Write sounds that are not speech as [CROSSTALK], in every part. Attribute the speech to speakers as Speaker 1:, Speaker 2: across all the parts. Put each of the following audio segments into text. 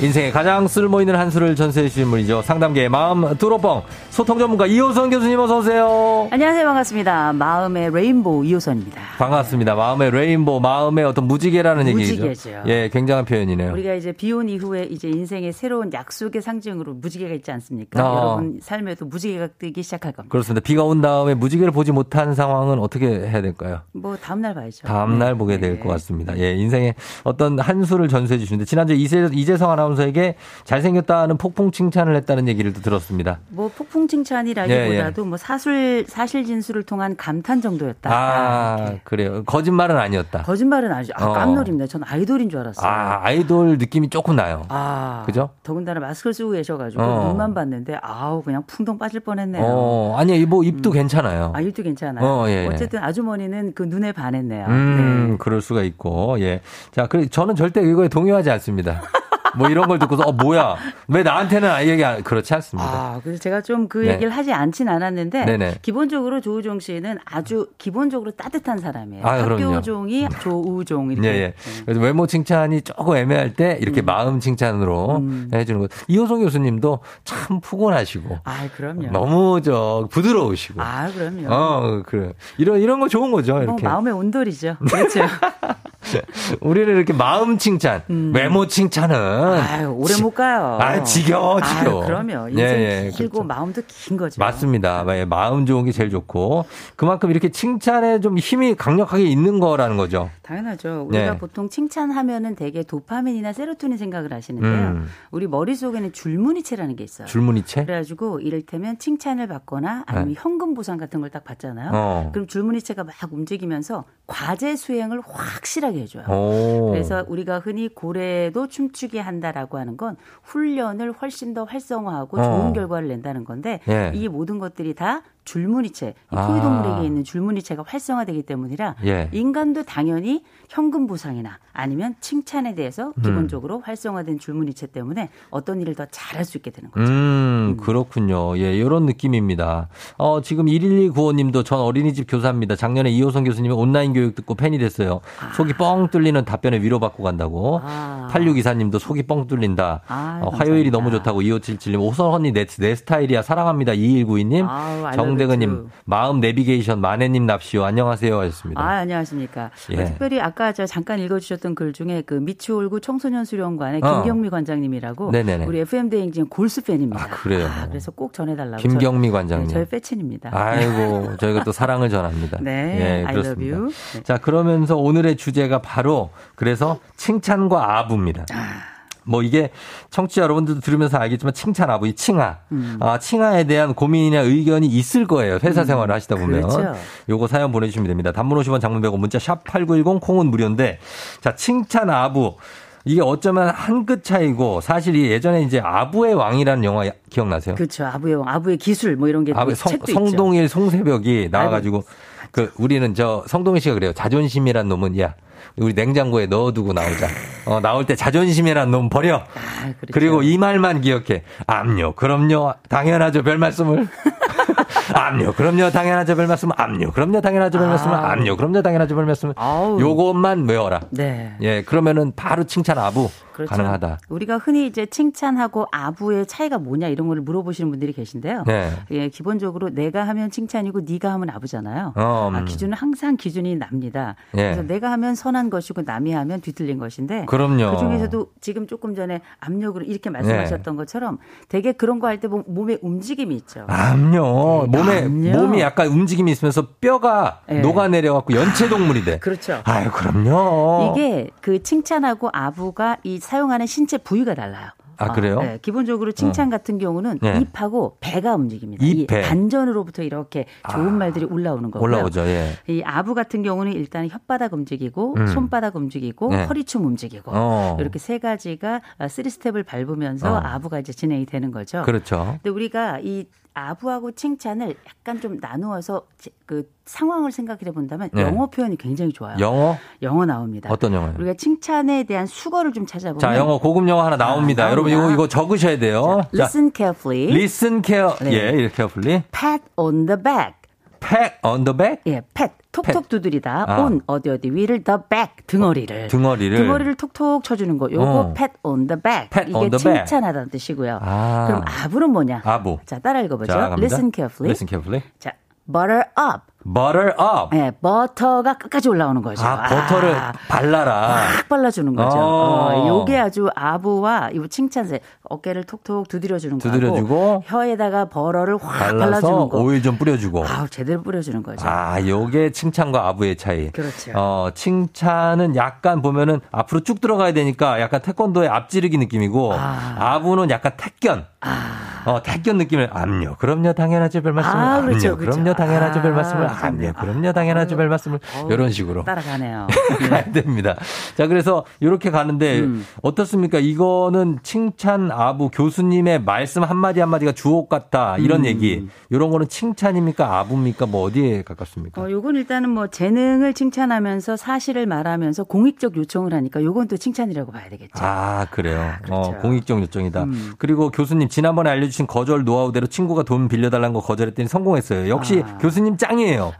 Speaker 1: 인생에 가장 쓸모있는 한 수를 전수해주신 분이죠 상담계의 마음 뚜로뻥 소통 전문가 이호선 교수님 어서오세요
Speaker 2: 안녕하세요. 반갑습니다. 마음의 레인보우 이호선입니다.
Speaker 1: 반갑습니다. 마음의 레인보우, 마음의 어떤 무지개라는 얘기죠.
Speaker 2: 무지개죠.
Speaker 1: 예, 굉장한 표현이네요.
Speaker 2: 우리가 이제 비혼 이후에 이제 인생의 새로운 약속의 상징으로 무지개가 있지 않습니까?
Speaker 1: 아.
Speaker 2: 여러분 삶에도 무지개가 뜨기 시작할 겁니다.
Speaker 1: 그렇습니다. 비가 온 다음에 무지개를 보지 못한 상황은 어떻게 해야 될까요?
Speaker 2: 뭐 다음날 봐야죠. 네.
Speaker 1: 다음 날 보게 될 것 같습니다. 예, 인생의 어떤 한 수를 전수해 주시는데 지난주 이재, 이재성 아나운서에게 잘생겼다는 폭풍 칭찬을 했다는 얘기를 또 들었습니다.
Speaker 2: 뭐
Speaker 1: 예,
Speaker 2: 폭풍 칭찬이라기보다도 뭐 사실 사실 진술을 통한 감탄 정도였다. 아,
Speaker 1: 아,
Speaker 2: 이렇게.
Speaker 1: 그래요. 거짓말은 아니었다.
Speaker 2: 거짓말은 아니죠. 아,
Speaker 1: 어.
Speaker 2: 깜놀입니다. 전 아이돌인 줄 알았어요.
Speaker 1: 아, 아이돌 느낌이 조금 나요.
Speaker 2: 아,
Speaker 1: 그죠?
Speaker 2: 더군다나 마스크를 쓰고 계셔가지고
Speaker 1: 어.
Speaker 2: 눈만 봤는데 아우 그냥 풍덩 빠질 뻔했네요.
Speaker 1: 어, 아니, 뭐 입도 괜찮아요.
Speaker 2: 아, 일도 괜찮아요.
Speaker 1: 어, 예, 예.
Speaker 2: 쨌든 아주머니는 그 눈에 반했네요.
Speaker 1: 음, 그럴 수가 있고, 예. 자, 그래, 저는 절대 이거에 동요하지 않습니다. 뭐 이런 걸 듣고서, 어, 뭐야. 왜 나한테는 아예 얘기 안- 그렇지 않습니다.
Speaker 2: 아, 그래서 제가 좀 그
Speaker 1: 네.
Speaker 2: 얘기를 하지 않진 않았는데
Speaker 1: 네네.
Speaker 2: 기본적으로 조우종 씨는 아주 기본적으로 따뜻한 사람이에요.
Speaker 1: 아, 그럼요.
Speaker 2: 학교종이 조우종 이렇게.
Speaker 1: 예, 예. 그래서 외모 칭찬이 조금 애매할 때 이렇게 마음 칭찬으로 해주는 것. 이호성 교수님도 참 푸근하시고,
Speaker 2: 아, 그럼요.
Speaker 1: 너무 저 부드러우시고.
Speaker 2: 아, 그럼요.
Speaker 1: 어, 그래. 이런, 이런 거 좋은 거죠,
Speaker 2: 뭐
Speaker 1: 이렇게.
Speaker 2: 마음의 온돌이죠. 그렇죠.
Speaker 1: [LAUGHS] 우리는 이렇게 마음 칭찬, 외모 칭찬은.
Speaker 2: 아유, 오래 못 가요.
Speaker 1: 아, 지겨워, 지겨워.
Speaker 2: 아유, 그럼요. 인생
Speaker 1: 예, 예,
Speaker 2: 길고
Speaker 1: 그렇죠.
Speaker 2: 마음도 긴 거죠.
Speaker 1: 맞습니다. 예, 마음 좋은 게 제일 좋고 그만큼 이렇게 칭찬에 좀 힘이 강력하게 있는 거라는 거죠.
Speaker 2: 당연하죠. 우리가
Speaker 1: 네.
Speaker 2: 보통 칭찬하면은 되게 도파민이나 세로토닌 생각을 하시는데요.
Speaker 1: 음.
Speaker 2: 우리 머릿속에는 줄무늬체라는 게 있어요.
Speaker 1: 줄무늬체?
Speaker 2: 그래가지고 이를테면 칭찬을 받거나 아니면
Speaker 1: 네.
Speaker 2: 현금 보상 같은 걸 딱 받잖아요. 그렇죠.
Speaker 1: 어.
Speaker 2: 그럼 줄무늬체가 막 움직이면서 과제 수행을 확실하게 해줘요.
Speaker 1: 어. 오.
Speaker 2: 그래서 우리가 흔히 고래도 춤추게 한다라고 하는 건 훈련을 훨씬 더 활성화하고
Speaker 1: 어.
Speaker 2: 좋은 결과를 낸다는 건데
Speaker 1: 예.
Speaker 2: 이 모든 것들이 다 줄무늬체, 이
Speaker 1: 아.
Speaker 2: 포유동물에게 있는 줄무늬체가 활성화되기 때문이라
Speaker 1: 예.
Speaker 2: 인간도 당연히 현금 보상이나 아니면 칭찬에 대해서
Speaker 1: 음.
Speaker 2: 기본적으로 활성화된 줄무늬체 때문에 어떤 일을 더 잘할 수 있게 되는 거죠.
Speaker 1: 음, 그렇군요. 예, 이런 느낌입니다. 어, 지금 11295님도 전 어린이집 교사입니다. 작년에 이호선 교수님의 온라인 교육 듣고 팬이 됐어요. 속이 뻥 뚫리는 답변에 위로받고 간다고.
Speaker 2: 아.
Speaker 1: 8624님도 속이 뻥 뚫린다.
Speaker 2: 아,
Speaker 1: 어, 화요일이
Speaker 2: 감사합니다.
Speaker 1: 너무 좋다고. 2577님, 호선 언니 내, 내 스타일이야. 사랑합니다. 2192님.
Speaker 2: 아우, I love you
Speaker 1: 정대근님,
Speaker 2: too.
Speaker 1: 마음 내비게이션 마네님 납시오. 안녕하세요. 하셨습니다.
Speaker 2: 아, 안녕하십니까.
Speaker 1: 예.
Speaker 2: 특별히 아까 저 잠깐 읽어주셨던 글 중에 그 미추홀구 청소년 수련관의
Speaker 1: 어.
Speaker 2: 김경미 관장님이라고
Speaker 1: 네네네.
Speaker 2: 우리 FM 대행진 골수 팬입니다.
Speaker 1: 아, 그래요?
Speaker 2: 래서꼭 전해달라고.
Speaker 1: 김경미
Speaker 2: 저, 네,
Speaker 1: 관장님.
Speaker 2: 저의 패친입니다.
Speaker 1: 아이고, 저희가 또 사랑을 전합니다.
Speaker 2: [LAUGHS] 네,
Speaker 1: 예,
Speaker 2: I
Speaker 1: 그렇습니다.
Speaker 2: love you. 네.
Speaker 1: 자, 그러면서 오늘의 주제가 바로 그래서 칭찬과 아부입니다. 뭐 이게 청취자 여러분들도 들으면서 알겠지만 칭찬 아부, 이 칭하.
Speaker 2: 음.
Speaker 1: 아, 칭하에 대한 고민이나 의견이 있을 거예요. 회사 생활을 하시다 보면.
Speaker 2: 그렇죠.
Speaker 1: 요거 사연 보내주시면 됩니다. 단문 50원 장문 100원 문자 샵 8910 콩은 무료인데 자, 칭찬 아부. 이게 어쩌면 한 끗 차이고 사실 이 예전에 이제 아부의 왕이라는 영화 기억나세요?
Speaker 2: 그렇죠. 아부의 왕, 아부의 기술 뭐 이런 게
Speaker 1: 아,
Speaker 2: 또
Speaker 1: 성,
Speaker 2: 책도 있죠.
Speaker 1: 성동일 송새벽이 나와가지고 그 우리는 저 성동일 씨가 그래요. 자존심이란 놈은 야 우리 냉장고에 넣어두고 나오자. 어 나올 때 자존심이란 놈 버려.
Speaker 2: 아, 그렇죠.
Speaker 1: 그리고이 말만 기억해. 암요, 그럼요, 당연하죠, 별 말씀을.
Speaker 2: [LAUGHS]
Speaker 1: 암요, 그럼요, 당연하죠, 별 말씀을. 암요, 그럼요, 당연하죠, 별 말씀을.
Speaker 2: 아우.
Speaker 1: 암요, 그럼요, 당연하죠, 별 말씀을.
Speaker 2: 아우.
Speaker 1: 요것만 외워라.
Speaker 2: 네.
Speaker 1: 예, 그러면은 바로 칭찬 아부.
Speaker 2: 그렇죠.
Speaker 1: 가능하다.
Speaker 2: 우리가 흔히 이제 칭찬하고 아부의 차이가 뭐냐 이런 걸 물어보시는 분들이 계신데요.
Speaker 1: 네.
Speaker 2: 예, 기본적으로 내가 하면 칭찬이고 네가 하면 아부잖아요.
Speaker 1: 어, 음.
Speaker 2: 아, 기준은 항상 기준이 납니다.
Speaker 1: 예.
Speaker 2: 그래서 내가 하면 선한 것이고 남이 하면 뒤틀린 것인데
Speaker 1: 그럼요.
Speaker 2: 중에서도 지금 조금 전에 압력으로 이렇게
Speaker 1: 네.
Speaker 2: 말씀하셨던 것처럼 되게 그런 거 할 때 몸에 움직임이 있죠.
Speaker 1: 아, 암요. 몸에
Speaker 2: 암요.
Speaker 1: 몸이 약간 움직임이 있으면서 뼈가
Speaker 2: 예.
Speaker 1: 녹아내려 갖고 연체 동물이 돼.
Speaker 2: 그렇죠.
Speaker 1: 아유, 어. 그럼요.
Speaker 2: 이게 그 칭찬하고 아부가 이 사용하는 신체 부위가 달라요.
Speaker 1: 아, 그래요?
Speaker 2: 네. 기본적으로 칭찬 같은 경우는
Speaker 1: 네.
Speaker 2: 입하고 배가 움직입니다.
Speaker 1: 입,
Speaker 2: 이
Speaker 1: 배. 아.
Speaker 2: 반전으로부터 이렇게 좋은 말들이 올라오는 거고요.
Speaker 1: 올라오죠. 예.
Speaker 2: 이 아부 같은 경우는 일단 혓바닥 움직이고
Speaker 1: 음.
Speaker 2: 손바닥 움직이고
Speaker 1: 네.
Speaker 2: 허리춤 움직이고
Speaker 1: 어.
Speaker 2: 뭐, 이렇게 세 가지가 아, 쓰리 스텝을 밟으면서
Speaker 1: 어.
Speaker 2: 아부가 이제 진행이 되는 거죠.
Speaker 1: 그렇죠.
Speaker 2: 근데 우리가 이 아부하고 칭찬을 약간 좀 나누어서 지- 그 상황을 생각해 본다면
Speaker 1: 네.
Speaker 2: 영어 표현이 굉장히 좋아요.
Speaker 1: 영어
Speaker 2: 영어 나옵니다.
Speaker 1: 어떤 영어예요?
Speaker 2: 우리가 칭찬에 대한 수거를 좀 찾아보면
Speaker 1: 자, 영어 고급 영어 하나 나옵니다.
Speaker 2: 음. 아, 나옵니다.
Speaker 1: 여러분 이거 이거 적으셔야 돼요. 자,
Speaker 2: listen carefully,
Speaker 1: listen care.
Speaker 2: 네.
Speaker 1: 예, 이렇게 어플리.
Speaker 2: pat on the back.
Speaker 1: pat on the back.
Speaker 2: 예, pat 톡톡 두드리다
Speaker 1: 아.
Speaker 2: on 어디 어디 위를 the back 등어리를
Speaker 1: 등어리를.
Speaker 2: 등어리를 톡톡 쳐주는 거 요거
Speaker 1: 어.
Speaker 2: pat on the back
Speaker 1: pat
Speaker 2: 이게
Speaker 1: on the back.
Speaker 2: 칭찬하다는 뜻이고요.
Speaker 1: 아.
Speaker 2: 그럼 아부는 뭐냐?
Speaker 1: 아부.
Speaker 2: 자 따라 읽어보죠.
Speaker 1: 자, 갑니다.
Speaker 2: listen carefully.
Speaker 1: listen carefully.
Speaker 2: 자 butter up.
Speaker 1: butter up.
Speaker 2: 예, 버터가 끝까지 올라오는 거죠.
Speaker 1: 아, 버터를 발라라.
Speaker 2: 팍 발라주는 거죠.
Speaker 1: 어.
Speaker 2: 어, 요게 아주 아부와 이 칭찬세 어깨를 톡톡 두드려주는 거고
Speaker 1: 두드려주고
Speaker 2: 혀에다가 버러를 확
Speaker 1: 발라서
Speaker 2: 발라주는 거.
Speaker 1: 오일 좀 뿌려주고.
Speaker 2: 아우 제대로 뿌려주는 거죠.
Speaker 1: 아, 요게 칭찬과 아부의 차이.
Speaker 2: 그렇죠.
Speaker 1: 어, 칭찬은 약간 보면은 앞으로 쭉 들어가야 되니까 약간 태권도의 앞지르기 느낌이고 아. 부는 약간 택견. 어, 택견 느낌을 암요. 그럼요, 당연하죠, 별 말씀을.
Speaker 2: 아, 그렇죠,
Speaker 1: 암요.
Speaker 2: 그렇죠.
Speaker 1: 럼요 당연하죠, 별
Speaker 2: 아,
Speaker 1: 말씀을.
Speaker 2: 그렇군요.
Speaker 1: 암요. 그럼요, 당연하죠, 별 말씀을.
Speaker 2: 어우,
Speaker 1: 이런 식으로.
Speaker 2: 따라가네요.
Speaker 1: [LAUGHS] 가야 됩니다. 자, 그래서 이렇게 가는데
Speaker 2: 음.
Speaker 1: 어떻습니까? 이거는 칭찬 아부 교수님의 말씀 한마디 한마디가 주옥 같다.
Speaker 2: 음.
Speaker 1: 이런 얘기. 이런 거는 칭찬입니까? 아부입니까? 뭐 어디에 가깝습니까?
Speaker 2: 어, 요건 일단은 뭐 재능을 칭찬하면서 사실을 말하면서 공익적 요청을 하니까 요건 또 칭찬이라고 봐야 되겠죠.
Speaker 1: 아, 그래요.
Speaker 2: 그렇죠. 음.
Speaker 1: 어, 공익적 요청이다. 그리고 교수님 지난번에 알려 주신 거절 노하우대로 친구가 돈 빌려 달라는 거 거절했더니 성공했어요. 역시
Speaker 2: 아.
Speaker 1: 교수님 짱이에요.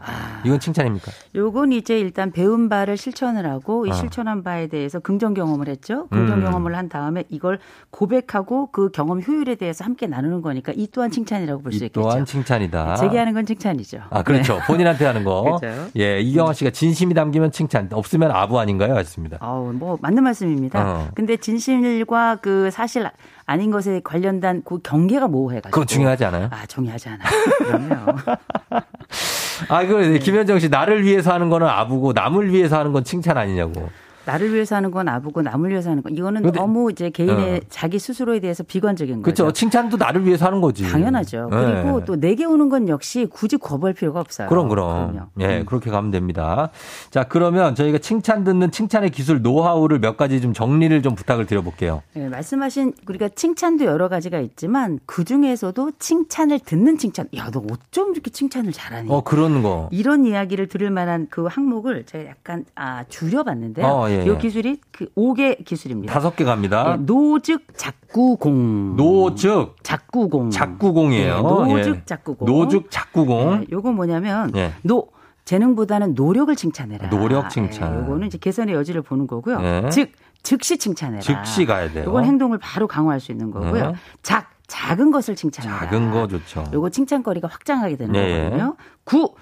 Speaker 1: 이건 칭찬입니까?
Speaker 2: 요건 이제 일단 배운 바를 실천을 하고 이 실천한 바에 대해서 긍정 경험을 했죠. 긍정
Speaker 1: 아. 음.
Speaker 2: 경험을 한 다음에 이걸 고백하고 그 경험 효율에 대해서 함께 나누는 거니까 이 또한 칭찬이라고 볼 수
Speaker 1: 이
Speaker 2: 있겠죠.
Speaker 1: 또한 칭찬이다.
Speaker 2: 제기하는 건 칭찬이죠.
Speaker 1: 아, 그렇죠. 본인한테 하는 거.
Speaker 2: [LAUGHS] 그렇죠.
Speaker 1: 예, 이경화 씨가 진심이 담기면 칭찬, 없으면 아부 아닌가요? 맞습니다.
Speaker 2: 아우, 뭐 맞는 말씀입니다.
Speaker 1: 어.
Speaker 2: 근데 진실과 그 사실 아닌 것에 관련된 그 경계가 모호해가지고.
Speaker 1: 그건 중요하지 않아요?
Speaker 2: 아, 중요하지 않아. 그럼요.
Speaker 1: [LAUGHS] 아, 그
Speaker 2: 네.
Speaker 1: 김현정 씨 나를 위해서 하는 거는 아부고 남을 위해서 하는 건 칭찬 아니냐고.
Speaker 2: 나를 위해서 하는 건 아부고 남을 위해서 하는 건 이거는
Speaker 1: 근데-
Speaker 2: 너무 이제 개인의
Speaker 1: 어.
Speaker 2: 자기 스스로에 대해서 비관적인 거죠.
Speaker 1: 그렇죠. 칭찬도 나를 위해서 하는 거지.
Speaker 2: 음, 당연하죠. 그리고
Speaker 1: 예.
Speaker 2: 또 내게 오는 건 역시 굳이 거부할 필요가 없어요.
Speaker 1: 그럼 그럼.
Speaker 2: 그럼요. 음.
Speaker 1: 예, 그렇게 가면 됩니다. 자, 그러면 저희가 칭찬 듣는 칭찬의 기술 노하우를 몇 가지 좀 정리를 좀 부탁을 드려 볼게요.
Speaker 2: 예, 말씀하신 우리가 칭찬도 여러 가지가 있지만 그 중에서도 칭찬을 듣는 칭찬. 야, 너 어쩜 이렇게 칭찬을 잘하니?
Speaker 1: 어, 그런 거.
Speaker 2: 이런 이야기를 들을 만한 그 항목을 제가 약간 아, 줄여봤는데요.
Speaker 1: 어, 예,
Speaker 2: 이
Speaker 1: 예.
Speaker 2: 기술이 그 5개 기술입니다.
Speaker 1: 다섯 개 갑니다.
Speaker 2: 예, 노즉 작구공.
Speaker 1: 노즉
Speaker 2: 작구공.
Speaker 1: 작구공이에요. 예.
Speaker 2: 네, 음. 노즉 작구공.
Speaker 1: 노즉 작구공.
Speaker 2: 네, 요거 뭐냐면
Speaker 1: 예.
Speaker 2: 노 재능보다는 노력을 칭찬해라.
Speaker 1: 노력 칭찬.
Speaker 2: 예, 요거는 이제 개선의 여지를 보는 거고요.
Speaker 1: 예.
Speaker 2: 즉 즉시 칭찬해라.
Speaker 1: 즉시 가야 네. 돼요.
Speaker 2: 네. 요건 행동을 바로 강화할 수 있는
Speaker 1: 예.
Speaker 2: 거고요. 작 작은 것을 칭찬해라.
Speaker 1: 작은 거 좋죠.
Speaker 2: 요거 칭찬거리가 확장하게 되는
Speaker 1: 예.
Speaker 2: 거거든요. 구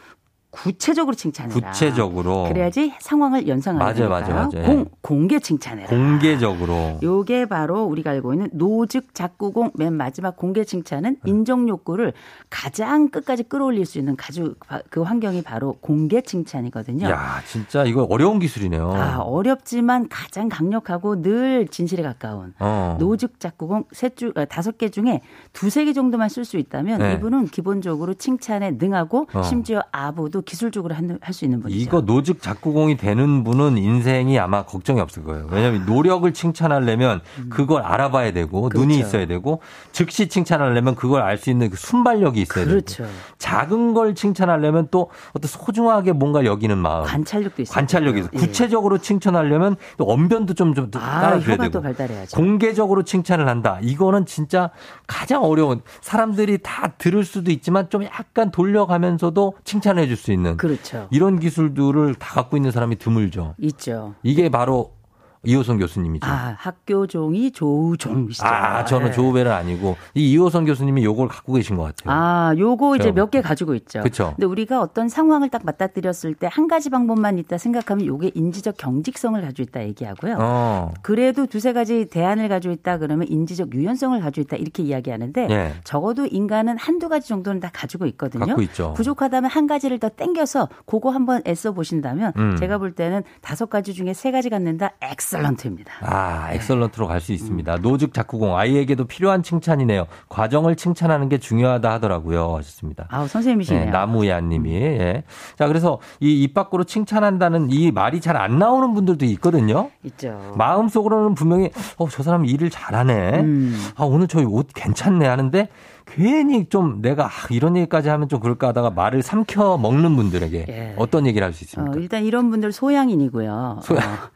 Speaker 2: 구체적으로 칭찬해라.
Speaker 1: 구체적으로
Speaker 2: 그래야지 상황을 연상하게
Speaker 1: 맞아요,
Speaker 2: 되니까요.
Speaker 1: 맞아요, 네. 맞아요.
Speaker 2: 공 공개 칭찬해라.
Speaker 1: 공개적으로
Speaker 2: 요게 바로 우리가 알고 있는 노즉 작구공 맨 마지막 공개 칭찬은
Speaker 1: 네.
Speaker 2: 인정 욕구를 가장 끝까지 끌어올릴 수 있는 아주 바- 그 환경이 바로 공개 칭찬이거든요.
Speaker 1: 야, 진짜 이거 어려운 기술이네요.
Speaker 2: 아, 어렵지만 가장 강력하고 늘 진실에 가까운
Speaker 1: 어.
Speaker 2: 노즉 작구공 세줄 아, 다섯 개 중에 두세 개 정도만 쓸 수 있다면
Speaker 1: 네.
Speaker 2: 이분은 기본적으로 칭찬에 능하고
Speaker 1: 어.
Speaker 2: 심지어 아부도 기술적으로 할 수 있는 분이죠.
Speaker 1: 이거 노직 작구공이 되는 분은 인생이 아마 걱정이 없을 거예요. 왜냐하면 노력을 칭찬하려면 그걸 알아봐야 되고 눈이
Speaker 2: 아. 음. 그렇죠.
Speaker 1: 있어야 되고 즉시 칭찬하려면 그걸 알 수 있는 그 순발력이 있어야
Speaker 2: 그렇죠.
Speaker 1: 되고 작은 걸 칭찬하려면 또 어떤 소중하게 뭔가 여기는 마음.
Speaker 2: 관찰력도 있어요. 예.
Speaker 1: 관찰력이 있어. 구체적으로 칭찬하려면 또 언변도 좀좀
Speaker 2: 아,
Speaker 1: 따라줘야
Speaker 2: 혀가
Speaker 1: 되고.
Speaker 2: 또 발달해야죠.
Speaker 1: 공개적으로 칭찬을 한다. 이거는 진짜 가장 어려운 사람들이 다 들을 수도 있지만 좀 약간 돌려가면서도 칭찬해 줄 수 있는
Speaker 2: 그렇죠.
Speaker 1: 이런 기술들을 다 갖고 있는 사람이 드물죠.
Speaker 2: 있죠.
Speaker 1: 이게 바로 이호선 교수님이죠.
Speaker 2: 아, 네. 학교종이 조우종 시절.
Speaker 1: 아, 저는 조우벨은 아니고 이 이호선 교수님이 요걸 갖고 계신 것 같아요.
Speaker 2: 아, 요거 이제
Speaker 1: 제가
Speaker 2: 몇 개 가지고 있죠.
Speaker 1: 그렇죠. 그쵸.
Speaker 2: 근데 우리가 어떤 상황을 딱 맞닥뜨렸을 때 한 가지 방법만 있다 생각하면 요게 인지적 경직성을 가지고 있다 얘기하고요.
Speaker 1: 어.
Speaker 2: 그래도 두세 가지 대안을 가지고 있다 그러면 인지적 유연성을 가지고 있다 이렇게 이야기하는데
Speaker 1: 예.
Speaker 2: 적어도 인간은 한두 가지 정도는 다 가지고 있거든요.
Speaker 1: 갖고 있죠.
Speaker 2: 부족하다면 한 가지를 더 땡겨서 그거 한번 애써 보신다면
Speaker 1: 음.
Speaker 2: 제가 볼 때는 다섯 가지 중에 세 가지 갖는다 엑셀런트입니다.
Speaker 1: 아, 엑설런트로 갈 수 있습니다. 노죽 작구공 아이에게도 필요한 칭찬이네요. 과정을 칭찬하는 게 중요하다 하더라고요. 하셨습니다.
Speaker 2: 아우
Speaker 1: 예,
Speaker 2: 선생님이시네요.
Speaker 1: 나무야님이 예. 자 그래서 이 입 밖으로 칭찬한다는 이 말이 잘 안 나오는 분들도 있거든요.
Speaker 2: 있죠.
Speaker 1: 마음 속으로는 분명히 어 저 사람 일을 잘하네.
Speaker 2: 음.
Speaker 1: 아 오늘 저 옷 괜찮네 하는데 괜히 좀 내가 아, 이런 얘기까지 하면 좀 그럴까 하다가 말을 삼켜 먹는 분들에게
Speaker 2: 예.
Speaker 1: 어떤 얘기를 할 수
Speaker 2: 어,
Speaker 1: 있습니까?
Speaker 2: 일단 이런 분들 소양인이고요. 어,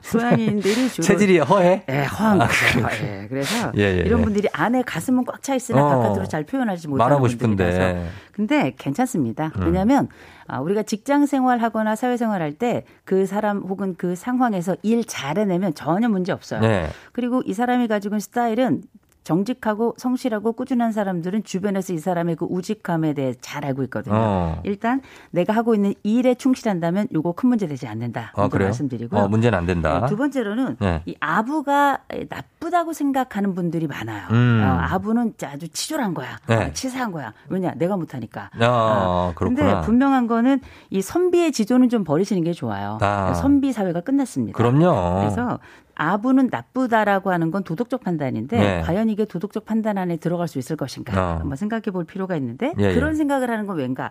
Speaker 2: 소양. 인들
Speaker 1: [LAUGHS]
Speaker 2: 이 주로
Speaker 1: 체질이 허해.
Speaker 2: 예, 허한 거죠. 예, 그래서
Speaker 1: 예, 예,
Speaker 2: 이런
Speaker 1: 예.
Speaker 2: 분들이 안에 가슴은 꽉 차 있으나
Speaker 1: 어,
Speaker 2: 바깥으로 잘 표현하지 못하는
Speaker 1: 말하고 싶은데. 음.
Speaker 2: 분들이라서. 근데 괜찮습니다. 왜냐하면 아, 우리가 직장 생활하거나 사회 생활할 때 그 사람 혹은 그 상황에서 일 잘해내면 전혀 문제 없어요.
Speaker 1: 네.
Speaker 2: 그리고 이 사람이 가지고 있는 스타일은 정직하고 성실하고 꾸준한 사람들은 주변에서 이 사람의 그 우직함에 대해 잘 알고 있거든요.
Speaker 1: 어.
Speaker 2: 일단 내가 하고 있는 일에 충실한다면 요거 큰 문제 되지 않는다.
Speaker 1: 아
Speaker 2: 먼저
Speaker 1: 그래요?
Speaker 2: 말씀드리고
Speaker 1: 어 문제는 안 된다.
Speaker 2: 네, 두 번째로는
Speaker 1: 네.
Speaker 2: 이 아부가 나쁘다고 생각하는 분들이 많아요.
Speaker 1: 음.
Speaker 2: 어, 아부는 아주 치졸한 거야.
Speaker 1: 네.
Speaker 2: 치사한 거야. 왜냐? 내가 못하니까.
Speaker 1: 아,
Speaker 2: 어,
Speaker 1: 그렇구나.
Speaker 2: 근데 분명한 거는 이 선비의 지도는 좀 버리시는 게 좋아요.
Speaker 1: 아.
Speaker 2: 선비 사회가 끝났습니다.
Speaker 1: 그럼요.
Speaker 2: 그래서 아부는 나쁘다라고 하는 건 도덕적 판단인데
Speaker 1: 네.
Speaker 2: 과연 이게 도덕적 판단 안에 들어갈 수 있을 것인가
Speaker 1: 어.
Speaker 2: 한번 생각해 볼 필요가 있는데
Speaker 1: 예, 예.
Speaker 2: 그런 생각을 하는 건 왠가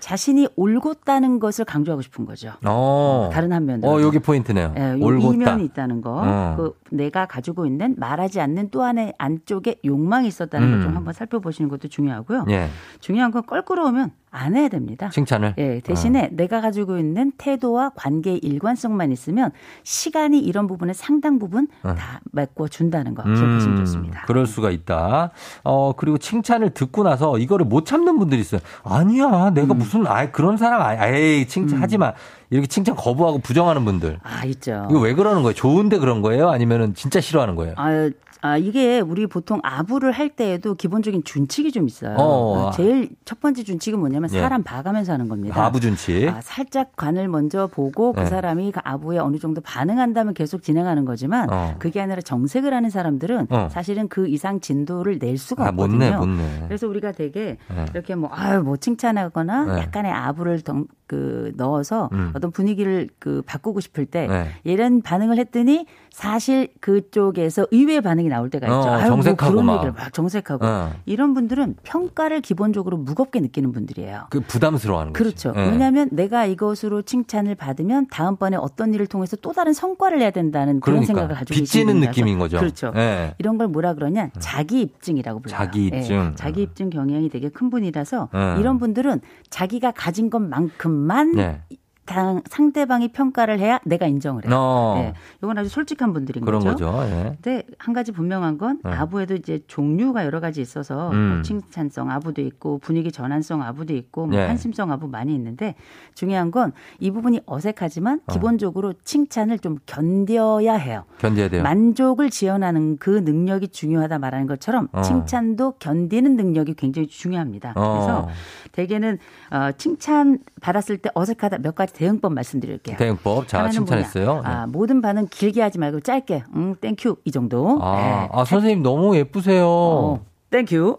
Speaker 2: 자신이 옳았다는 것을 강조하고 싶은 거죠.
Speaker 1: 어.
Speaker 2: 다른 한 면으로.
Speaker 1: 어, 여기 포인트네요.
Speaker 2: 예, 요
Speaker 1: 올곧다.
Speaker 2: 이면이 있다는 거,
Speaker 1: 어.
Speaker 2: 그 내가 가지고 있는 말하지 않는 또 하나의 안쪽에 욕망이 있었다는 걸
Speaker 1: 음.
Speaker 2: 좀 한번 살펴보시는 것도 중요하고요.
Speaker 1: 예.
Speaker 2: 중요한 건 껄끄러우면 안 해야 됩니다.
Speaker 1: 칭찬을.
Speaker 2: 예, 대신에 내가 가지고 있는 태도와 관계의 일관성만 있으면 시간이 이런 부분에 상당 부분 다 메꿔 준다는 거 기억하시면 좋습니다.
Speaker 1: 아. 음, 그럴 수가 있다. 어, 그리고 칭찬을 듣고 나서 이거를 못 참는 분들이 있어요. 아니야,
Speaker 2: 음.
Speaker 1: 내가 무슨, 아 그런 사람, 아 에이, 칭찬하지 마. 이렇게 칭찬 거부하고 부정하는 분들.
Speaker 2: 아, 있죠.
Speaker 1: 이거 왜 그러는 거예요? 좋은데 그런 거예요? 아니면은 진짜 싫어하는 거예요?
Speaker 2: 아, 아, 이게 우리 보통 아부를 할 때에도 기본적인 준칙이 좀 있어요.
Speaker 1: 어.
Speaker 2: 아, 제일 첫 번째 준칙은 뭐냐면
Speaker 1: 예.
Speaker 2: 사람 봐가면서 하는 겁니다.
Speaker 1: 아부준치.
Speaker 2: 아, 살짝 관을 먼저 보고 그
Speaker 1: 네.
Speaker 2: 사람이 그 아부에 어느 정도 반응한다면 계속 진행하는 거지만
Speaker 1: 어.
Speaker 2: 그게 아니라 정색을 하는 사람들은
Speaker 1: 어.
Speaker 2: 사실은 그 이상 진도를 낼 수가
Speaker 1: 아, 못
Speaker 2: 없거든요.
Speaker 1: 내, 못 내.
Speaker 2: 그래서 우리가 되게
Speaker 1: 네.
Speaker 2: 이렇게 뭐 아유 뭐 칭찬하거나
Speaker 1: 네.
Speaker 2: 약간의 아부를 덩, 그 넣어서
Speaker 1: 음.
Speaker 2: 어떤 분위기를 그 바꾸고 싶을 때
Speaker 1: 네.
Speaker 2: 이런 반응을 했더니 사실 그쪽에서 의외의 반응이 나올 때가 있죠.
Speaker 1: 어,
Speaker 2: 아유, 뭐
Speaker 1: 정색하고
Speaker 2: 그런
Speaker 1: 막.
Speaker 2: 얘기를 막 정색하고
Speaker 1: 어.
Speaker 2: 이런 분들은 평가를 기본적으로 무겁게 느끼는 분들이에요.
Speaker 1: 그 부담스러워하는 예. 거죠. 네.
Speaker 2: 그렇죠. 왜냐하면 내가 이것으로 칭찬을 받으면 다음번에 어떤 일을 통해서 또 다른 성과를 내야 된다는 그런
Speaker 1: 그러니까.
Speaker 2: 생각을 가지고
Speaker 1: 빚지는
Speaker 2: 계신 분이라서.
Speaker 1: 느낌인 거죠.
Speaker 2: 그렇죠.
Speaker 1: 예.
Speaker 2: 이런 걸 뭐라 그러냐? 자기 입증이라고 불러요.
Speaker 1: 자기 입증.
Speaker 2: 예, 자기 입증 경향이 되게 큰 분이라서
Speaker 1: 음.
Speaker 2: 이런 분들은 자기가 가진 것만큼만
Speaker 1: 네.
Speaker 2: 당- 상대방이 평가를 해야 내가 인정을 해요.
Speaker 1: 어,
Speaker 2: 예. 이건 아주 솔직한 분들인
Speaker 1: 그런
Speaker 2: 거죠.
Speaker 1: 거죠. 예.
Speaker 2: 근데 한 가지 분명한 건 아부에도 이제 종류가 여러 가지 있어서
Speaker 1: 음.
Speaker 2: 뭐 칭찬성 아부도 있고 분위기 전환성 아부도 있고 뭐
Speaker 1: 네.
Speaker 2: 한심성 아부 많이 있는데 중요한 건 이 부분이 어색하지만 기본적으로 칭찬을 좀 견뎌야 해요.
Speaker 1: 견뎌야 돼요.
Speaker 2: 만족을 지연하는 그 능력이 중요하다 말하는 것처럼
Speaker 1: 어.
Speaker 2: 칭찬도 견디는 능력이 굉장히 중요합니다.
Speaker 1: 어.
Speaker 2: 그래서 대개는 어, 칭찬 받았을 때 어색하다 몇 가지 대응법 말씀드릴게요.
Speaker 1: 대응법. 자,
Speaker 2: 하나는 뭐냐.
Speaker 1: 칭찬했어요. 네.
Speaker 2: 아, 모든 반응 길게 하지 말고 짧게. 음, 땡큐 이 정도.
Speaker 1: 아,
Speaker 2: 네.
Speaker 1: 아, 선생님 너무 예쁘세요.
Speaker 2: 어, 땡큐.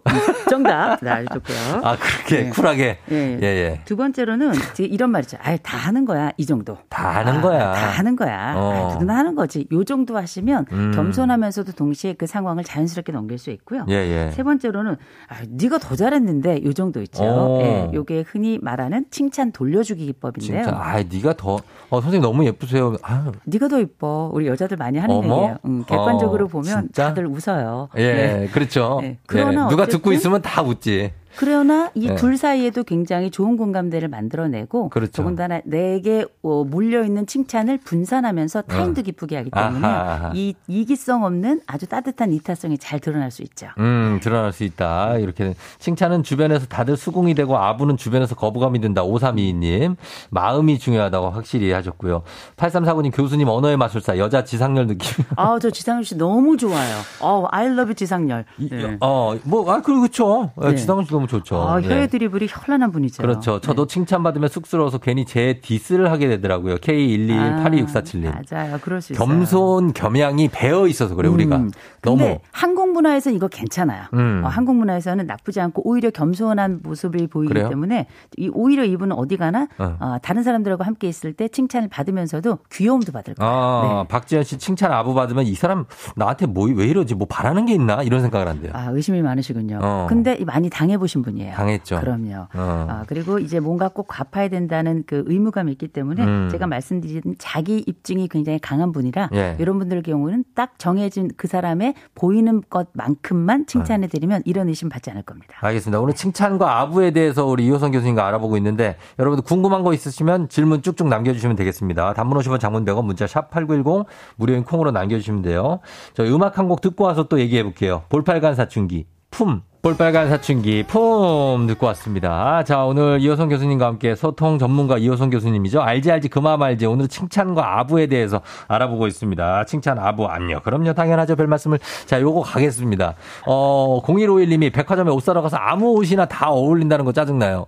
Speaker 2: 정답. 네, 아주 좋고요.
Speaker 1: 아, 그렇게 쿨하게. 예,
Speaker 2: 예,
Speaker 1: 예.
Speaker 2: 예. 두 번째로는 이제 이런 말이죠. 아, 다 하는 거야. 이 정도.
Speaker 1: 다 아는
Speaker 2: 아,
Speaker 1: 거야.
Speaker 2: 다 하는 거야.
Speaker 1: 어.
Speaker 2: 아, 누구나 하는 거지. 요 정도 하시면
Speaker 1: 음.
Speaker 2: 겸손하면서도 동시에 그 상황을 자연스럽게 넘길 수 있고요.
Speaker 1: 예, 예.
Speaker 2: 어, 세 번째로는 아, 네가 더 잘했는데 요 정도 있죠.
Speaker 1: 오.
Speaker 2: 예, 요게 흔히 말하는 칭찬 돌려주기 기법인데요.
Speaker 1: 진짜 아, 네가 더 어, 선생님 너무 예쁘세요. 아,
Speaker 2: 네가 더 이뻐. 우리 여자들 많이 하는
Speaker 1: 어머?
Speaker 2: 얘기예요. 음, 객관적으로
Speaker 1: 어,
Speaker 2: 보면
Speaker 1: 진짜?
Speaker 2: 다들 웃어요.
Speaker 1: 예,
Speaker 2: 네.
Speaker 1: 그렇죠.
Speaker 2: 네.
Speaker 1: 예,
Speaker 2: 그러나
Speaker 1: 누가
Speaker 2: 어쨌든-
Speaker 1: 듣고 있으면 다 웃지.
Speaker 2: 그러나 이 둘 사이에도 굉장히 좋은 공감대를 만들어내고
Speaker 1: 네. 그렇죠.
Speaker 2: 더군다나 내게 어, 몰려있는 칭찬을 분산하면서 타인도 기쁘게 하기 때문에
Speaker 1: 어. 아하.
Speaker 2: 이 이기성 없는 아주 따뜻한 이타성이 잘 드러날 수 있죠.
Speaker 1: 음, 드러날 수 있다. 이렇게 칭찬은 주변에서 다들 수긍이 되고 아부는 주변에서 거부감이 든다. 5322님. 마음이 중요하다고 확실히 하셨고요. 8349님 교수님 언어의 마술사 여자 지상렬 느낌.
Speaker 2: 아, 저 지상렬 씨 너무 좋아요. 어, I love 지상렬.
Speaker 1: 이-
Speaker 2: 네.
Speaker 1: 어, 뭐, 아, 그, 그쵸.
Speaker 2: 네.
Speaker 1: 지상훈 씨 너무 좋죠.
Speaker 2: 아,
Speaker 1: 예.
Speaker 2: 혀의 드리블이 현란한 분이죠.
Speaker 1: 그렇죠. 저도
Speaker 2: 네.
Speaker 1: 칭찬받으면 쑥스러워서 괜히 제 디스를 하게 되더라고요. K121826477님.
Speaker 2: 네. 맞아요. 그럴 수 있어요.
Speaker 1: 겸손 겸양이 배어 있어서 그래 우리가
Speaker 2: 음.
Speaker 1: 너무
Speaker 2: 근데 한국 문화에서는 이거 괜찮아요.
Speaker 1: 음.
Speaker 2: 어, 한국 문화에서는 나쁘지 않고 오히려 겸손한 모습을 보이기
Speaker 1: 그래요?
Speaker 2: 때문에 이 오히려 이분은 어디 가나
Speaker 1: 어.
Speaker 2: 어, 다른 사람들하고 함께 있을 때 칭찬을 받으면서도 귀여움도 받을 거예요.
Speaker 1: 아 박지현 씨 칭찬 아부 받으면 이 사람 나한테 뭐 왜 이러지 뭐 바라는 게 있나 이런 생각을 한대요.
Speaker 2: 아, 의심이 많으시군요.
Speaker 1: 어.
Speaker 2: 근데 많이 당해보신 분이에요.
Speaker 1: 당했죠.
Speaker 2: 그럼요.
Speaker 1: 어.
Speaker 2: 아, 그리고 이제 뭔가 꼭 갚아야 된다는 그 의무감이 있기 때문에
Speaker 1: 음.
Speaker 2: 제가 말씀드린 자기 입증이 굉장히 강한 분이라
Speaker 1: 예.
Speaker 2: 이런 분들 경우는 딱 정해진 그 사람의 보이는 것만큼만
Speaker 1: 어.
Speaker 2: 칭찬해드리면 이런 의심 받지 않을 겁니다.
Speaker 1: 알겠습니다. 오늘 칭찬과 아부에 대해서 우리 이호성 교수님과 알아보고 있는데 여러분들 궁금한 거 있으시면 질문 쭉쭉 남겨주시면 되겠습니다. 단문 50원 장문 100원 문자 샵 8910 무료인 콩으로 남겨주시면 돼요. 저희 음악 한 곡 듣고 와서 또 얘기해 볼게요. 볼빨간 사춘기 품. 볼빨간 사춘기 품 듣고 왔습니다. 자 오늘 이호성 교수님과 함께 소통 전문가 이호성 교수님이죠. 알지 알지 그만 말지 오늘 칭찬과 아부에 대해서 알아보고 있습니다. 칭찬 아부 안녕. 그럼요 당연하죠 별 말씀을. 자 요거 가겠습니다. 어 0151님이 백화점에 옷 사러 가서 아무 옷이나 다 어울린다는 거 짜증나요.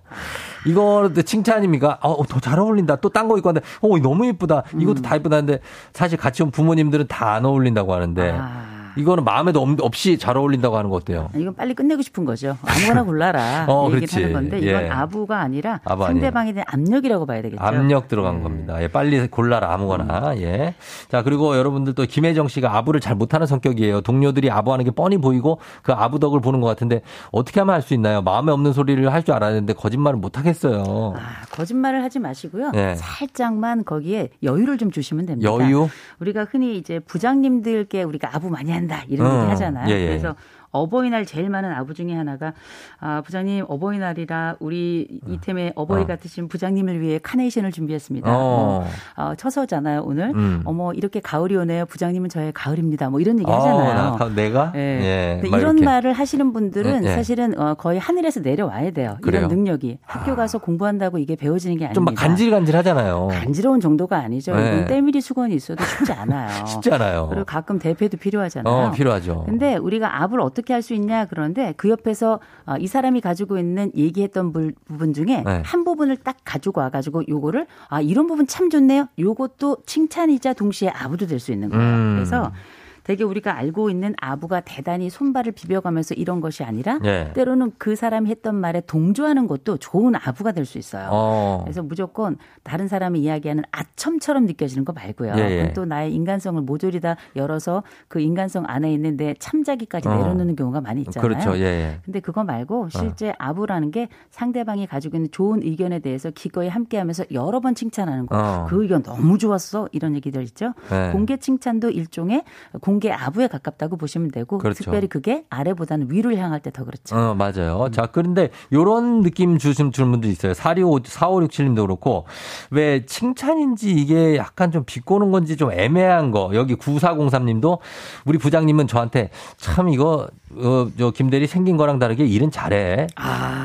Speaker 1: 이거 칭찬입니까? 어더 잘 어울린다. 또 딴 거 입고 왔는데 어 너무 이쁘다. 이것도 다 이쁘다는데 사실 같이 온 부모님들은 다 안 어울린다고 하는데
Speaker 2: 아.
Speaker 1: 이거는 마음에도 없- 없이 잘 어울린다고 하는 거 어때요?
Speaker 2: 이건 빨리 끝내고 싶은 거죠. 아무거나 골라라.
Speaker 1: [LAUGHS] 어,
Speaker 2: 이 얘기를
Speaker 1: 그렇지.
Speaker 2: 하는 건데 이건
Speaker 1: 예.
Speaker 2: 아부가 아니라
Speaker 1: 아부 아니에요.
Speaker 2: 상대방에 대한 압력이라고 봐야 되겠죠. 음.
Speaker 1: 압력 들어간 겁니다. 예, 빨리 골라라 아무거나. 예. 자 그리고 여러분들 또 김혜정 씨가 아부를 잘 못하는 성격이에요. 동료들이 아부하는 게 뻔히 보이고 그 아부 덕을 보는 것 같은데 어떻게 하면 할 수 있나요? 마음에 없는 소리를 할 줄 알았는데 거짓말을 못 하겠어요.
Speaker 2: 아, 거짓말을 하지 마시고요.
Speaker 1: 예.
Speaker 2: 살짝만 거기에 여유를 좀 주시면 됩니다.
Speaker 1: 여유?
Speaker 2: 우리가 흔히 이제 부장님들께 우리가 아부 많이 한다 이런
Speaker 1: 음,
Speaker 2: 얘기 하잖아요.
Speaker 1: 예, 예.
Speaker 2: 그래서 어버이날 제일 많은 아부 중에 하나가 아, 부장님 어버이날이라 우리 이템의 어버이
Speaker 1: 어.
Speaker 2: 같으신 부장님을 위해 카네이션을 준비했습니다.
Speaker 1: 어.
Speaker 2: 뭐, 어, 처서잖아요 오늘.
Speaker 1: 음.
Speaker 2: 어머 이렇게 가을이 오네요. 부장님은 저의 가을입니다. 뭐 이런 얘기
Speaker 1: 어,
Speaker 2: 하잖아요.
Speaker 1: 나, 가- 내가?
Speaker 2: 예. 근데
Speaker 1: 막
Speaker 2: 이런
Speaker 1: 이렇게.
Speaker 2: 말을 하시는 분들은
Speaker 1: 예, 예.
Speaker 2: 사실은 어, 거의 하늘에서 내려와야 돼요.
Speaker 1: 그래요? 아.
Speaker 2: 이런 능력이 학교 가서 공부한다고 이게 배워지는 게 아닙니다.
Speaker 1: 좀 막 간질간질 하잖아요.
Speaker 2: 러운 정도가 아니죠.
Speaker 1: 예.
Speaker 2: 이건 때밀이 수건이 있어도 쉽지 않아요.
Speaker 1: [LAUGHS] 쉽지 않아요.
Speaker 2: 그리고 가끔 대패도 필요하잖아요.
Speaker 1: 어, 필요하죠.
Speaker 2: 근데 우리가 압을 어떻게 할 수 있냐 그런데 그 옆에서 어, 이 사람이 가지고 있는 얘기했던 부, 분 중에
Speaker 1: 네.
Speaker 2: 한 부분을 딱 가지고 와가지고 요거를 아 이런 부분 참 좋네요. 요것도 칭찬이자 동시에 아부도 될 수 있는 거예요.
Speaker 1: 음.
Speaker 2: 그래서 되게 우리가 알고 있는 아부가 대단히 손발을 비벼가면서 이런 것이 아니라
Speaker 1: 예.
Speaker 2: 때로는 그 사람이 했던 말에 동조하는 것도 좋은 아부가 될 수 있어요.
Speaker 1: 어.
Speaker 2: 그래서 무조건 다른 사람이 이야기하는 아첨처럼 느껴지는 거 말고요.
Speaker 1: 예, 예.
Speaker 2: 그건 또 나의 인간성을 모조리 다 열어서 그 인간성 안에 있는 내 참자기까지
Speaker 1: 어.
Speaker 2: 내려놓는 경우가 많이 있잖아요.
Speaker 1: 그렇죠. 예, 예.
Speaker 2: 근데 그거 말고 실제 아부라는 게 상대방이 가지고 있는 좋은 의견에 대해서 기꺼이 함께하면서 여러 번 칭찬하는 거.
Speaker 1: 어.
Speaker 2: 그 의견 너무 좋았어 이런 얘기들 있죠.
Speaker 1: 네.
Speaker 2: 공개 칭찬도 일종의 공개 아부에 가깝다고 보시면 되고
Speaker 1: 그렇죠.
Speaker 2: 특별히 그게 아래보다는 위를 향할 때 더 그렇죠.
Speaker 1: 어, 맞아요. 자, 그런데 요런 느낌 주신 주는 분도 있어요. 465, 4567님도 그렇고, 왜 칭찬인지 이게 약간 좀 비꼬는 건지 좀 애매한 거. 여기 9403님도 우리 부장님은 저한테 참 이거, 어, 저 김대리 생긴 거랑 다르게 일은 잘해.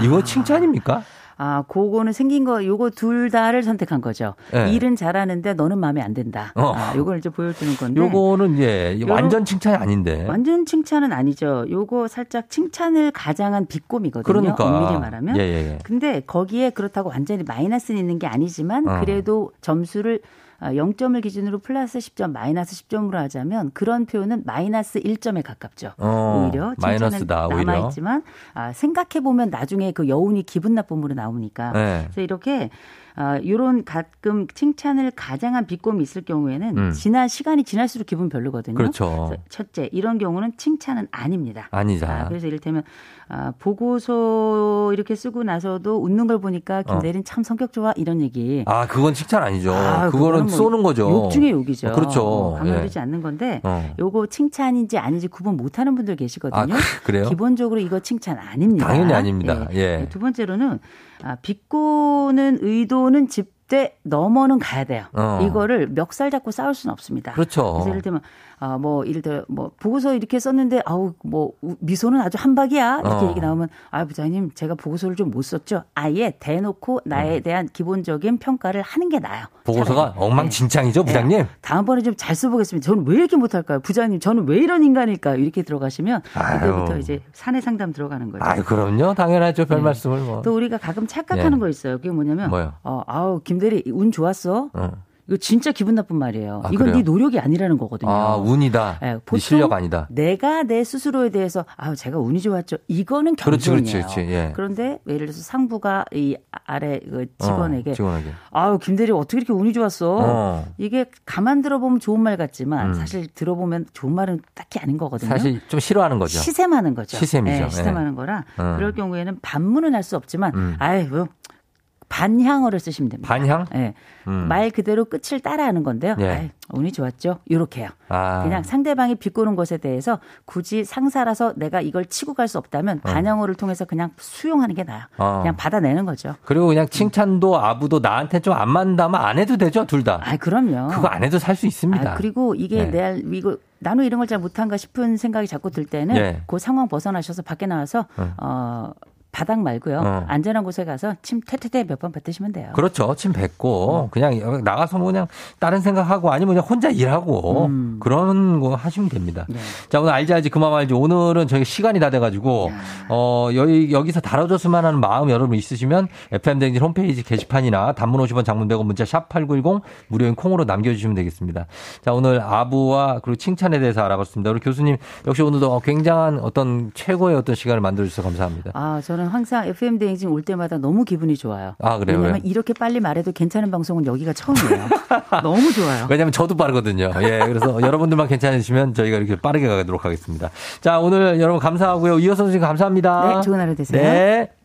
Speaker 1: 이거 칭찬입니까?
Speaker 2: 아, 그거는 생긴 거, 요거 둘 다를 선택한 거죠.
Speaker 1: 예.
Speaker 2: 일은 잘하는데 너는 마음에 안 든다.
Speaker 1: 어.
Speaker 2: 아, 요걸 이제 보여주는 건데.
Speaker 1: 요거는 네. 예, 완전 칭찬이 아닌데.
Speaker 2: 네. 완전 칭찬은 아니죠. 요거 살짝 칭찬을 가장한 비꼼이거든요.
Speaker 1: 그러니까.
Speaker 2: 엄밀히 말하면.
Speaker 1: 예, 예, 예.
Speaker 2: 근데 거기에 그렇다고 완전히 마이너스는 있는 게 아니지만
Speaker 1: 어.
Speaker 2: 그래도 점수를 0점을 기준으로 플러스 10점, 마이너스 10점으로 하자면 그런 표현은 마이너스 1점에 가깝죠.
Speaker 1: 어,
Speaker 2: 오히려 칭찬은
Speaker 1: 마이너스다, 오히려.
Speaker 2: 남아있지만 아, 생각해보면 나중에 그 여운이 기분 나쁨으로 나오니까
Speaker 1: 예.
Speaker 2: 그래서 이렇게 아, 이런 가끔 칭찬을 가장한 비꼼이 있을 경우에는
Speaker 1: 음.
Speaker 2: 지난 시간이 지날수록 기분 별로거든요.
Speaker 1: 그렇죠.
Speaker 2: 그래서 첫째 이런 경우는 칭찬은 아닙니다.
Speaker 1: 아니다.
Speaker 2: 아, 그래서 이를테면 아, 보고서 이렇게 쓰고 나서도 웃는 걸 보니까
Speaker 1: 어.
Speaker 2: 김대린 참 성격 좋아 이런 얘기.
Speaker 1: 아, 그건 칭찬 아니죠.
Speaker 2: 아,
Speaker 1: 그거는
Speaker 2: 그거는
Speaker 1: 막 쏘는 거죠.
Speaker 2: 욕 중에 욕이죠.
Speaker 1: 어, 그렇죠.
Speaker 2: 어, 방어되지
Speaker 1: 예.
Speaker 2: 않는 건데
Speaker 1: 어.
Speaker 2: 요거 칭찬인지 아닌지 구분 못하는 분들 계시거든요.
Speaker 1: 아, 그- 그래요?
Speaker 2: 기본적으로 이거 칭찬 아닙니다.
Speaker 1: 당연히 아닙니다. 예.
Speaker 2: 두 번째로는 아, 비꼬는 의도는 집대 넘어는 가야 돼요.
Speaker 1: 어.
Speaker 2: 이거를 멱살 잡고 싸울 수는 없습니다.
Speaker 1: 그렇죠.
Speaker 2: 그래서 예를 들면 아뭐 예를 들어 뭐 보고서 이렇게 썼는데 아우 뭐 우- 미소는 아주 한박이야 이렇게
Speaker 1: 어.
Speaker 2: 얘기 나오면 아 부장님 제가 보고서를 좀 못 썼죠. 아예 대놓고 나에 대한 기본적인 평가를 하는 게 나아요.
Speaker 1: 음. 보고서가
Speaker 2: 차라리.
Speaker 1: 엉망진창이죠, 부장님.
Speaker 2: 네. 다음번에 좀 잘 써보겠습니다. 저는 왜 이렇게 못할까요? 부장님, 저는 왜 이런 인간일까요? 이렇게 들어가시면
Speaker 1: 아유.
Speaker 2: 그때부터 이제 사내 상담 들어가는 거죠.
Speaker 1: 아, 그럼요. 당연하죠. 별 말씀을 뭐.
Speaker 2: 네. 또 우리가 가끔 착각하는
Speaker 1: 예.
Speaker 2: 거 있어요. 그게 뭐냐면
Speaker 1: 뭐요?
Speaker 2: 어, 아우 김대리 운 좋았어.
Speaker 1: 어.
Speaker 2: 이거 진짜 기분 나쁜 말이에요.
Speaker 1: 아,
Speaker 2: 이건
Speaker 1: 그래요?
Speaker 2: 네 노력이 아니라는 거거든요.
Speaker 1: 아, 운이다.
Speaker 2: 예,
Speaker 1: 네
Speaker 2: 보통
Speaker 1: 실력 아니다.
Speaker 2: 내가 내 스스로에 대해서 아 제가 운이 좋았죠. 이거는
Speaker 1: 그렇지,
Speaker 2: 경전이에요.
Speaker 1: 그렇지, 그렇지, 예.
Speaker 2: 런데 예를 들어서 상부가 이 아래 그
Speaker 1: 어,
Speaker 2: 직원에게
Speaker 1: 직원에게.
Speaker 2: 아우 김대리 어떻게 이렇게 운이 좋았어?
Speaker 1: 어.
Speaker 2: 이게 가만 들어보면 좋은 말 같지만 사실 들어보면 좋은 말은 딱히 아닌 거거든요.
Speaker 1: 음. 사실 좀 싫어하는 거죠.
Speaker 2: 시샘하는 거죠.
Speaker 1: 시샘이죠.
Speaker 2: 예, 시샘하는 거라
Speaker 1: 어.
Speaker 2: 그럴 경우에는 반문은 할 수 없지만 아유 뭐 반향어를 쓰시면 됩니다.
Speaker 1: 음. 반향? 음.
Speaker 2: 예. 말 그대로 끝을 따라하는 건데요.
Speaker 1: 예.
Speaker 2: 아유, 운이 좋았죠. 요렇게요.
Speaker 1: 아.
Speaker 2: 그냥 상대방이 비꼬는 것에 대해서 굳이 상사라서 내가 이걸 치고 갈 수 없다면 반향어를 통해서 그냥 수용하는 게 나아요.
Speaker 1: 음. 어.
Speaker 2: 그냥 받아내는 거죠.
Speaker 1: 그리고 그냥 칭찬도 아부도 나한테 좀 안 맞는다면 안 해도 되죠, 둘 다.
Speaker 2: 아, 그럼요.
Speaker 1: 그거 안 해도 살 수 있습니다.
Speaker 2: 아, 그리고 이게
Speaker 1: 네.
Speaker 2: 내 이거 나는 이런 걸 잘 못한가 싶은 생각이 자꾸 들 때는
Speaker 1: 예.
Speaker 2: 그 상황 벗어나셔서 밖에 나와서 어 바닥 말고요
Speaker 1: 어.
Speaker 2: 안전한 곳에 가서 침 퇴퇴퇴 몇 번 뱉으시면 돼요.
Speaker 1: 그렇죠. 침 뱉고 그냥 나가서 뭐 그냥 다른 생각하고 아니면 그냥 혼자 일하고 그런 거 하시면 됩니다. 자 오늘 알지 알지 그만 알지 오늘은 저희 시간이 다 돼가지고 어 여기 여기서 다뤄줬으면 하는 마음 여러분 있으시면 FM 댕진 홈페이지 게시판이나 단문 50원 장문 100원 문자 샵 #8910 무료인 콩으로 남겨주시면 되겠습니다. 자 오늘 아부와 그리고 칭찬에 대해서 알아봤습니다. 우리 교수님 역시 오늘도 굉장한 어떤 최고의 어떤 시간을 만들어 주셔서 감사합니다.
Speaker 2: 아 저는 항상 FM 대행진 올 때마다 너무 기분이 좋아요.
Speaker 1: 아, 그래요?
Speaker 2: 왜냐하면
Speaker 1: 왜요?
Speaker 2: 이렇게 빨리 말해도 괜찮은 방송은
Speaker 1: [LAUGHS]
Speaker 2: 여기가 처음이에요. 너무 좋아요.
Speaker 1: 왜냐면 저도 빠르거든요. 예,
Speaker 2: [LAUGHS]
Speaker 1: 그래서 여러분들만 괜찮으시면 저희가 이렇게 빠르게 가도록 하겠습니다. 자, 오늘 여러분 감사하고요. 이어서 지금 감사합니다.
Speaker 2: 네, 좋은 하루 되세요.
Speaker 1: 네.